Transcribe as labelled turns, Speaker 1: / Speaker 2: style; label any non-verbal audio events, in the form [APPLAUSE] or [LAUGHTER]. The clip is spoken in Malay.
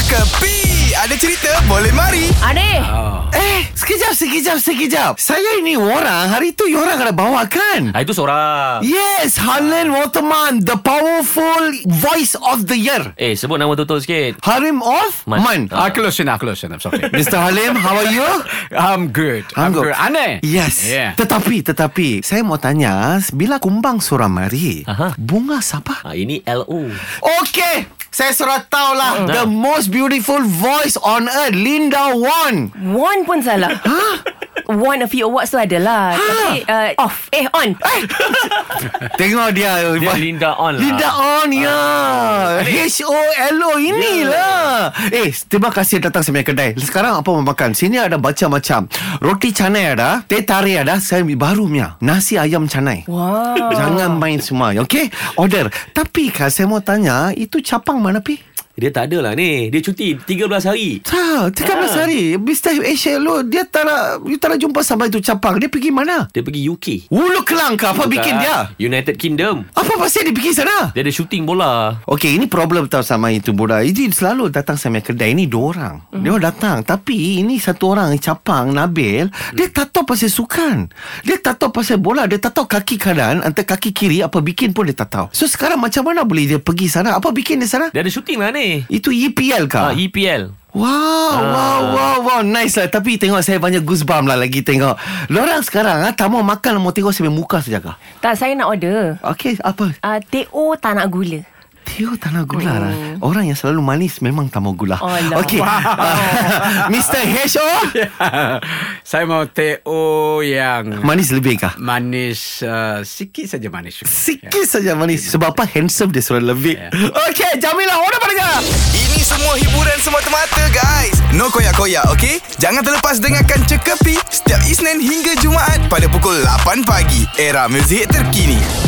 Speaker 1: Kepi Ada cerita boleh mari
Speaker 2: Adik
Speaker 3: Eh, sekejap, sekejap, sekejap. Saya ini orang, hari tu you orang kena bawa kan?
Speaker 4: Ah, itu seorang.
Speaker 3: Yes, Harlan Waterman, the powerful voice of the year.
Speaker 4: Eh, sebut nama betul sikit.
Speaker 3: Harim of
Speaker 4: Man.
Speaker 3: Man.
Speaker 4: Ah.
Speaker 5: Ah, close enough, close enough.
Speaker 3: [LAUGHS]
Speaker 5: Sorry.
Speaker 3: Mr. Halim, how are you?
Speaker 5: I'm good. I'm, good. Aneh.
Speaker 3: Yes.
Speaker 5: Yeah.
Speaker 3: Tetapi, tetapi, saya mau tanya, bila kumbang suramari,
Speaker 4: Aha.
Speaker 3: bunga siapa?
Speaker 4: Ah, ini LO.
Speaker 3: Okay, saya surat tahu lah. The most beautiful voice on earth, Linda Wan.
Speaker 2: One pun [LAUGHS] salah One a few awards tu adalah Tapi uh, off Eh on
Speaker 3: Tengok dia.
Speaker 4: Dia Linda On lah.
Speaker 3: Linda On ya H-O-L-O Inilah Eh terima kasih datang Saya punya kedai Sekarang apa mau makan Sini ada macam-macam Roti canai ada Teh tarik ada Saya baru punya Nasi ayam canai
Speaker 2: Wow
Speaker 3: Jangan main semua Okay Order Tapi kak saya mau tanya Itu capang mana pi?
Speaker 4: Dia tak ada lah ni. Dia cuti 13 hari.
Speaker 3: Tak 13
Speaker 4: Ah.
Speaker 3: hari Mr. H-L-O Dia tak nak You tak nak jumpa sama itu capang Dia pergi mana?
Speaker 4: Dia pergi UK.
Speaker 3: Ulu Kelang ke Apa bikin dia?
Speaker 4: Bukan. United Kingdom.
Speaker 3: Apa pasal dia pergi sana?
Speaker 4: Dia ada shooting bola.
Speaker 3: Okey, ini problem tau sama itu budak. Ini selalu datang sama kedai ini dua orang. Mm.
Speaker 4: Mhm.
Speaker 3: Dia orang datang tapi ini satu orang capang Nabil,
Speaker 4: Mhm.
Speaker 3: mm. dia tak tahu pasal sukan. Dia tak tahu pasal bola, dia tak tahu kaki kanan antara kaki kiri apa bikin pun dia tak tahu. So sekarang macam mana boleh dia pergi sana? Apa bikin dia sana?
Speaker 4: Dia ada shooting lah ni.
Speaker 3: Itu EPL kah?
Speaker 4: Ah, EPL.
Speaker 3: Wow, wow, wow, wow. Nice lah. Tapi tengok saya banyak goosebump lah lagi tengok. Lorang sekarang ha, tak mau makan, mau tengok saya punya muka saja kah?
Speaker 2: Tak saya nak order
Speaker 3: Okey, apa?
Speaker 2: uh, Teo tak nak gula
Speaker 3: Tio tak nak gula lah Orang yang selalu manis Memang tak mau gula
Speaker 2: Alah.
Speaker 3: Okey Ah, Mr. H.O
Speaker 5: Saya mau teh yang
Speaker 3: Manis lebih kah?
Speaker 5: manis uh, sikit saja manis.
Speaker 3: Sikit saja manis Sebab apa handsome dia suruh lebih Okey Jamilah Orang pada dengar
Speaker 1: Ini semua hiburan semata-mata guys No koyak-koyak ok Jangan terlepas dengarkan Cekapi Setiap Isnin hingga Jumaat Pada pukul 8 pagi Era muzik terkini